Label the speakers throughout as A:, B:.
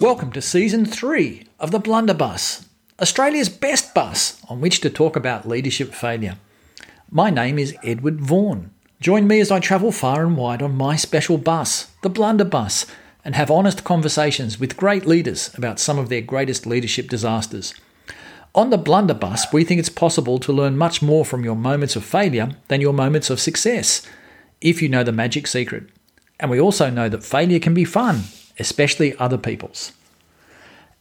A: Welcome to season three of The Blunderbuss, Australia's best bus on which to talk about leadership failure. My name is Edward Vaughan. Join me as I travel far and wide on my special bus, The Blunderbuss, and have honest conversations with great leaders about some of their greatest leadership disasters. On The Blunderbuss, we think it's possible to learn much more from your moments of failure than your moments of success, if you know the magic secret. And we also know that failure can be fun, especially other people's.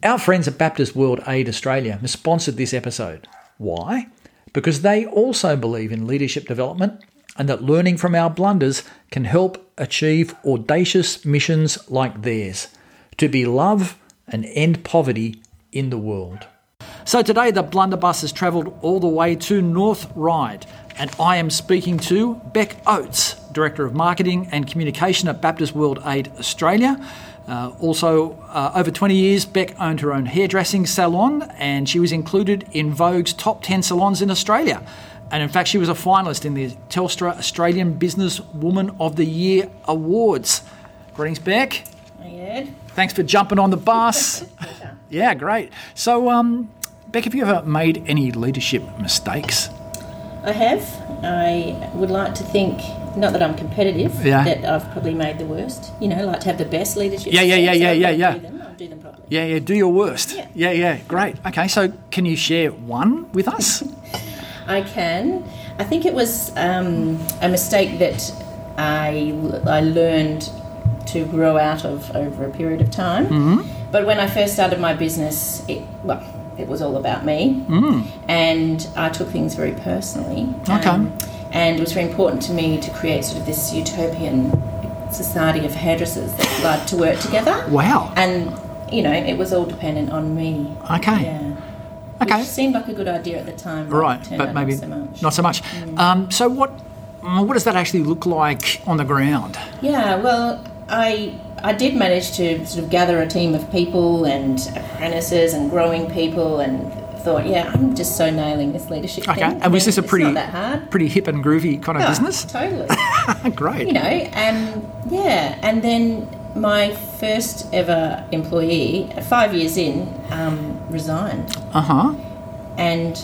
A: Our friends at Baptist World Aid Australia have sponsored this episode. Why? Because they also believe in leadership development and that learning from our blunders can help achieve audacious missions like theirs to be love and end poverty in the world. So today, the blunderbuss has travelled all the way to North Ryde, and I am speaking to Beck Oates, Director of Marketing and Communication at Baptist World Aid Australia. Uh, also, uh, over 20 years, Beck owned her own hairdressing salon, and she was included in Vogue's top 10 salons in Australia. And in fact, she was a finalist in the Telstra Australian Business Woman of the Year Awards. Greetings, Beck.
B: Ed.
A: Thanks for jumping on the bus. yeah, great. So, um, Beck, have you ever made any leadership mistakes?
B: I have. I would like to think, not that I'm competitive,
A: Yeah.
B: that I've probably made the worst. You know, like to have the best leadership.
A: Yeah, yeah, yeah,
B: skills.
A: yeah,
B: I'll
A: yeah, yeah.
B: Do them. I'll do them properly.
A: Yeah, yeah, do your worst.
B: Yeah.
A: yeah, great. Okay, so can you share one with us?
B: I can. I think it was um, a mistake that I, I learned to grow out of over a period of time.
A: Mm-hmm.
B: But when I first started my business, it, well, it was all about me. And I took things very personally.
A: Mm.
B: Um,
A: Okay.
B: and it was very important to me to create sort of this utopian society of hairdressers that like to work together.
A: Wow.
B: And, you know, it was all dependent on me.
A: Okay.
B: Yeah.
A: Okay.
B: Which seemed like a good idea at the time.
A: Right,
B: turned
A: but
B: out
A: maybe
B: not so much.
A: not so much. Um, so what mm, what does that actually look like on the ground?
B: Yeah, well, I I did manage to sort of gather a team of people and apprentices and growing people and thought, yeah, I'm just so nailing this leadership
A: Okay,
B: thing.
A: and was this a
B: It's
A: pretty
B: not that hard
A: pretty hip and groovy kind of
B: Yeah,
A: business?
B: Totally.
A: great.
B: you know, um, yeah, and then my first ever employee, five years in, um, resigned,
A: Uh huh.
B: and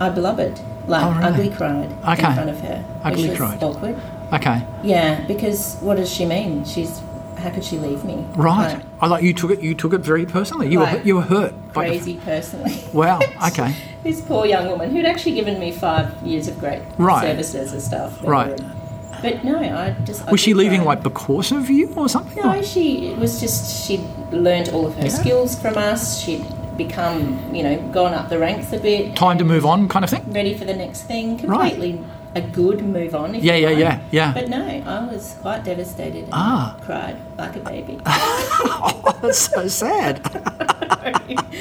B: I beloved, like
A: Oh, really?
B: ugly cried
A: Okay.
B: in front of her,
A: Ugly
B: which was
A: cried.
B: awkward.
A: Okay.
B: Yeah, because what does she mean? She's how could she leave me?
A: Right.
B: Like,
A: I like you took it. You took it very personally. You were
B: Right.
A: you were hurt. by the-
B: crazy personally.
A: Wow. Okay.
B: this poor young woman who'd actually given me five years of great
A: Right.
B: services and stuff. that
A: Right.
B: were- But no, I just
A: Was she
B: ugly
A: leaving
B: cried.
A: like because of you or something?
B: No, she it was just she'd learned all of her
A: Yeah.
B: skills from us. She'd become, you know, gone up the ranks a bit,
A: Time to move on, kind of thing.
B: ready for the next thing.
A: Right.
B: Completely a good move on. If
A: Yeah, yeah,
B: you like.
A: yeah, yeah.
B: But no, I was quite devastated. And
A: Ah.
B: cried like a baby.
A: oh, that's so sad.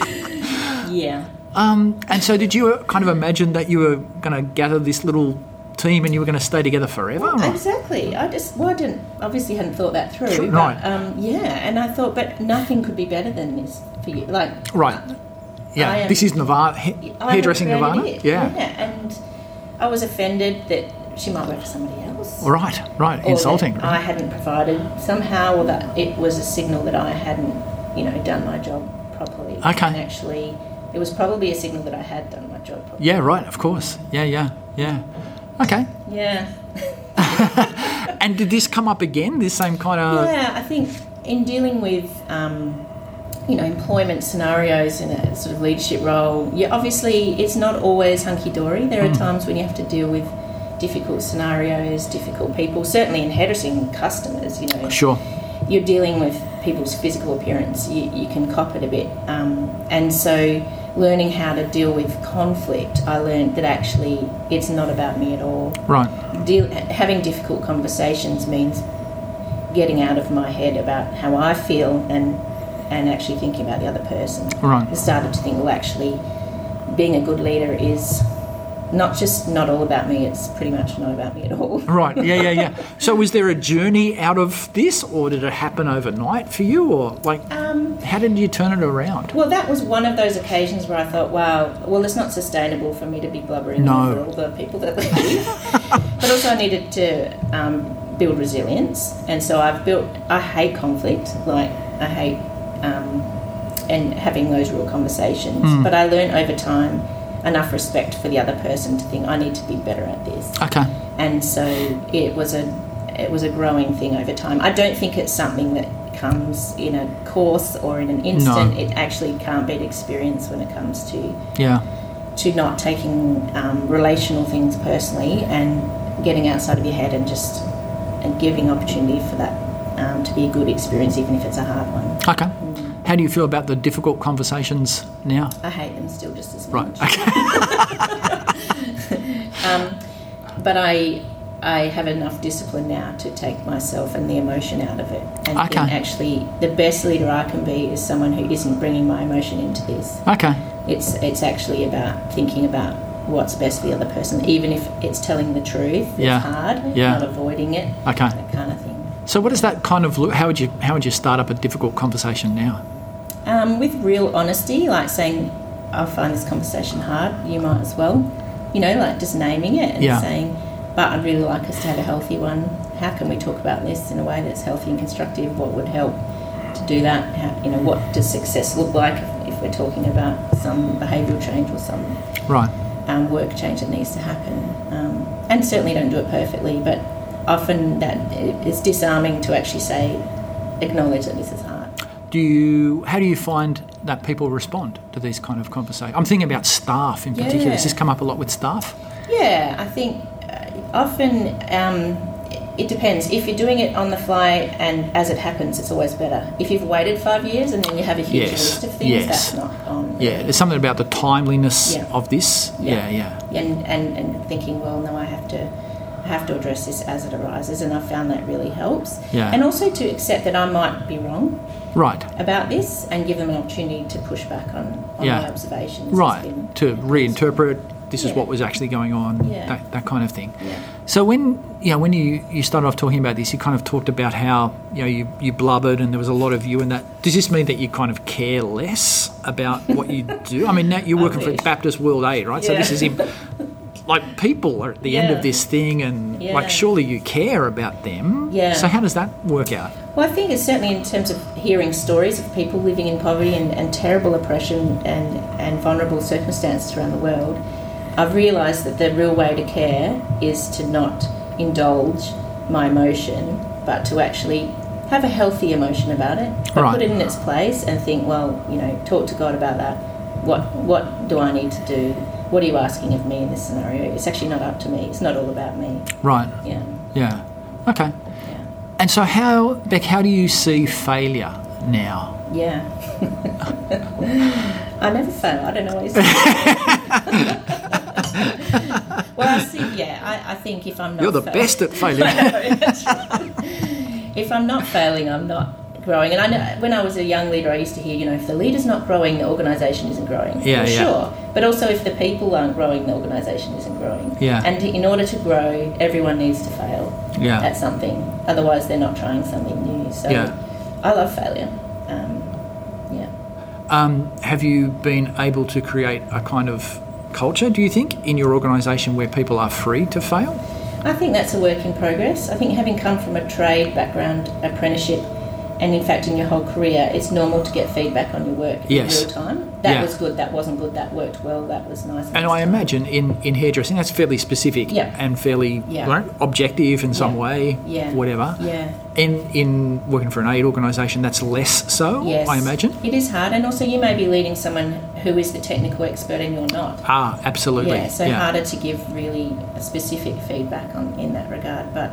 B: yeah.
A: Um, and so, did you kind of imagine that you were going to gather this little team and you were going to stay together forever? Or-
B: Exactly. I just, well, I didn't, obviously hadn't thought that through.
A: Right.
B: But, um, yeah, and I thought, but nothing could be better than this for you. Like,
A: Right. Yeah.
B: I am-
A: this is Nirvana. ha-
B: I
A: hairdressing
B: had created
A: Nirvana.
B: it.
A: Yeah.
B: yeah. And I was offended that she might work for somebody else.
A: Right. Right.
B: or
A: Insulting.
B: that
A: Right.
B: I hadn't provided somehow, or that it was a signal that I hadn't, you know, done my job properly.
A: Okay.
B: And actually, it was probably a signal that I had done my job properly.
A: Yeah. Right. Of course. Yeah. Yeah. Yeah. Okay.
B: Yeah.
A: And did this come up again? This same kind of.
B: yeah, I think in dealing with, um, you know, employment scenarios in a sort of leadership role, yeah, obviously it's not always hunky dory. There are times when you have to deal with difficult scenarios, difficult people, certainly in hairdressing customers, you know.
A: Sure.
B: you're dealing with people's physical appearance, you, you can cop it a bit. Um, and so, learning how to deal with conflict, I learned that actually it's not about me at all.
A: Right.
B: Deal, having difficult conversations means getting out of my head about how I feel and and actually thinking about the other person.
A: Right.
B: I started to think, well, actually, being a good leader is not just not all about me; it's pretty much not about me at all.
A: Right. Yeah. Yeah. Yeah. so, was there a journey out of this, or did it happen overnight for you, or like,
B: Um,
A: how did you turn it around?
B: Well, that was one of those occasions where I thought, wow, well, it's not sustainable for me to be blubbering
A: No.
B: over all the people that leave. but also, I needed to um, build resilience, and so I've built. I hate conflict. Like I hate um, and having those real conversations. But I learn over time enough respect for the other person to think I need to be better at this.
A: Okay.
B: And so it was a it was a growing thing over time. I don't think it's something that comes in a course or in an instant. It actually can't be experience when it comes to
A: Yeah.
B: to not taking um, relational things personally and getting outside of your head and just and giving opportunity for that um, to be a good experience, even if it's a hard one.
A: Okay. How do you feel about the difficult conversations now?
B: I hate them still just as
A: Right.
B: much. Um,
A: Okay.
B: But I I have enough discipline now to take myself and the emotion out of it. And think
A: Okay.
B: actually, the best leader I can be is someone who isn't bringing my emotion into this.
A: Okay.
B: It's it's actually about thinking about what's best for the other person, even if it's telling the truth.
A: Yeah.
B: It's hard.
A: Yeah.
B: Not avoiding it.
A: Okay.
B: That kind of thing.
A: So what does that kind of look? How would you how would you start up a difficult conversation now?
B: Um, with real honesty, like saying, I find this conversation hard, you might as well. You know, like just naming it and
A: Yeah.
B: saying, but I'd really like us to have a healthy one. How can we talk about this in a way that's healthy and constructive? What would help to do that? How, you know, what does success look like if, if we're talking about some behavioural change or some
A: Right.
B: um, work change that needs to happen. Um, and certainly don't do it perfectly, but often that is disarming to actually say, acknowledge that this is hard.
A: Do you how do you find that people respond to these kind of conversations? I'm thinking about staff in particular. Has this
B: Yeah.
A: come up a lot with staff?
B: Yeah, I think uh, often um, it depends. If you're doing it on the fly and as it happens, it's always better. If you've waited five years and then you have a huge
A: Yes,
B: list of things,
A: yes.
B: that's not on.
A: Yeah. There's something about the timeliness
B: Yeah.
A: of this.
B: Yeah.
A: Yeah. Yeah.
B: And, and, and thinking, well, no, I have to I have to address this as it arises, and I found that really helps.
A: Yeah.
B: And also to accept that I might be wrong
A: Right.
B: about this and give them an opportunity to push back on, on
A: Yeah.
B: my observations. It's been-
A: Right. To reinterpret this is
B: Yeah.
A: what was actually going on.
B: Yeah.
A: That, that kind of thing.
B: Yeah.
A: So when you know, when you, you started off talking about this, you kind of talked about how you know you, you blubbered and there was a lot of you in that. Does this mean that you kind of care less about what you do? I mean, now you're working for
B: wish.
A: Baptist World Aid, right? So this is
B: Yeah.
A: im- like people are at the end
B: Yeah.
A: of this thing, and
B: Yeah.
A: like surely you care about them.
B: Yeah.
A: So how does that work out?
B: Well, I think it's certainly in terms of hearing stories of people living in poverty and, and terrible oppression and, and vulnerable circumstances around the world, I've realised that the real way to care is to not indulge my emotion, but to actually have a healthy emotion about it, but
A: Right.
B: put it in its place and think, well, you know, talk to God about that. What what do I need to do? What are you asking of me in this scenario? It's actually not up to me. It's not all about me.
A: Right.
B: Yeah,
A: Yeah. Okay.
B: yeah,
A: And so how Beck, how do you see failure now?
B: yeah. I never fail. I don't know what you say. Well, I see. Yeah, I, I think if I'm not
A: You're the
B: fail-
A: best at failure.
B: if I'm not failing, I'm not growing. And I know when I was a young leader, I used to hear, you know, if the leader's not growing, the organisation isn't growing.
A: Yeah,
B: Well,
A: yeah.
B: sure. But also, if the people aren't growing, the organisation isn't growing.
A: Yeah.
B: And in order to grow, everyone needs to fail
A: Yeah.
B: at something. Otherwise, they're not trying something new. So,
A: Yeah.
B: I love failure. Um, yeah.
A: Um, have you been able to create a kind of culture, do you think, in your organisation where people are free to fail?
B: I think that's a work in progress. I think having come from a trade background, apprenticeship, and in fact in your whole career, it's normal to get feedback on your work
A: Yes.
B: in real time. That
A: Yeah.
B: was good, that wasn't good, that worked well, that was nice.
A: And I imagine in, in hairdressing, that's fairly specific
B: Yeah.
A: and fairly
B: Yeah.
A: right, objective in some
B: Yeah.
A: way,
B: Yeah.
A: whatever.
B: Yeah.
A: In, in working for an aid organisation, that's less so,
B: Yes.
A: I imagine.
B: It is hard, and also you may be leading someone who is the technical expert and you're not.
A: Ah, absolutely.
B: Yeah, so harder to give really specific feedback on in that regard. But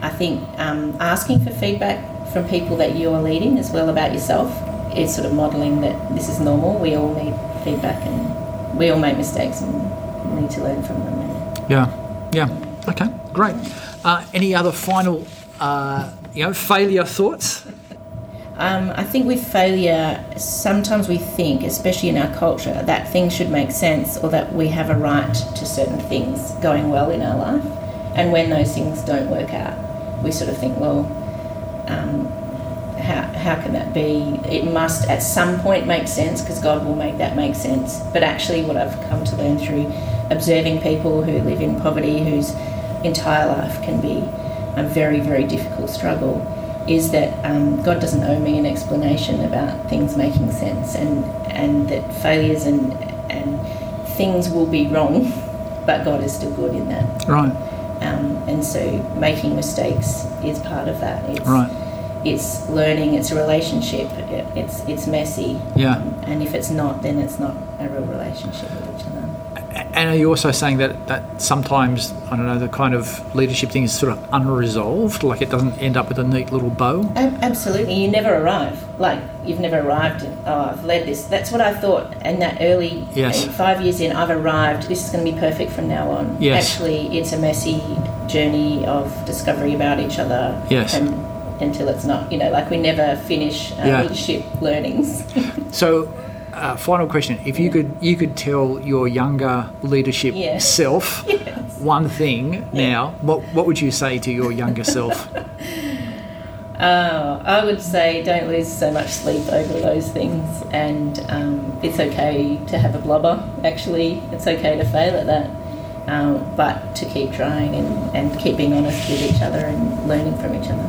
B: I think um, asking for feedback from people that you are leading as well about yourself is sort of modelling that this is normal. We all need feedback, and we all make mistakes, and need to learn from them. And
A: Yeah, yeah. Okay, great. Uh, any other final, uh, you know, failure thoughts?
B: Um, I think with failure, sometimes we think, especially in our culture, that things should make sense or that we have a right to certain things going well in our life. And when those things don't work out, we sort of think, well, um, how, how can that be? It must at some point make sense because God will make that make sense. But actually, what I've come to learn through observing people who live in poverty, whose entire life can be a very, very difficult struggle, is that um, God doesn't owe me an explanation about things making sense, and and that failures and and things will be wrong, but God is still good in that.
C: Right.
B: Um, and so making mistakes is part of that. It's,
C: Right.
B: It's learning. It's a relationship. It, it's it's messy.
C: Yeah.
B: Um, and if it's not, then it's not a real relationship with each other.
C: And are you also saying that, that sometimes, I don't know, the kind of leadership thing is sort of unresolved? Like it doesn't end up with a neat little bow?
B: Ab- absolutely. You never arrive. Like you've never arrived. In, oh, I've led this. That's what I thought. And that early
C: Yes.
B: uh, five years in, I've arrived. This is going to be perfect from now on.
C: Yes.
B: Actually, it's a messy journey of discovery about each other.
C: Yes.
B: And, until it's not, you know, like we never finish our
C: Yeah.
B: leadership learnings.
C: So, uh, final question: If you could, you could tell your younger leadership
B: Yeah.
C: self
B: Yes.
C: one thing now. What what would you say to your younger self?
B: Uh, I would say don't lose so much sleep over those things, and um, it's okay to have a blubber. Actually, it's okay to fail at that, um, but to keep trying and, and keep being honest with each other and learning from each other.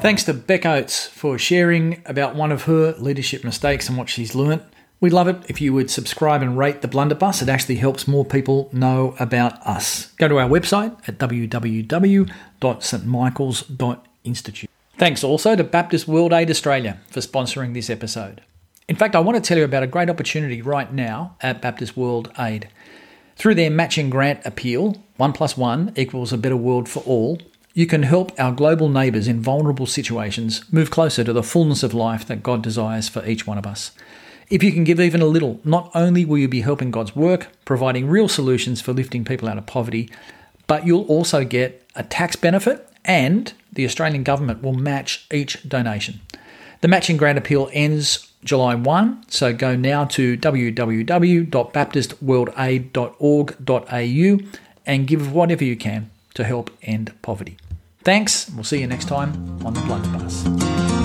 A: Thanks to Beck Oates for sharing about one of her leadership mistakes and what she's learnt. We love it if you would subscribe and rate the Blunderbuss. It actually helps more people know about us. Go to our website at www.stmichaels.institute. Thanks also to Baptist World Aid Australia for sponsoring this episode. In fact, I want to tell you about a great opportunity right now at Baptist World Aid. Through their matching grant appeal, 1 plus 1 equals a better world for all, you can help our global neighbours in vulnerable situations move closer to the fullness of life that God desires for each one of us. If you can give even a little, not only will you be helping God's work, providing real solutions for lifting people out of poverty, but you'll also get a tax benefit and the Australian government will match each donation. The matching grant appeal ends July 1, so go now to www.baptistworldaid.org.au and give whatever you can to help end poverty. Thanks, we'll see you next time on the Blunderbuss.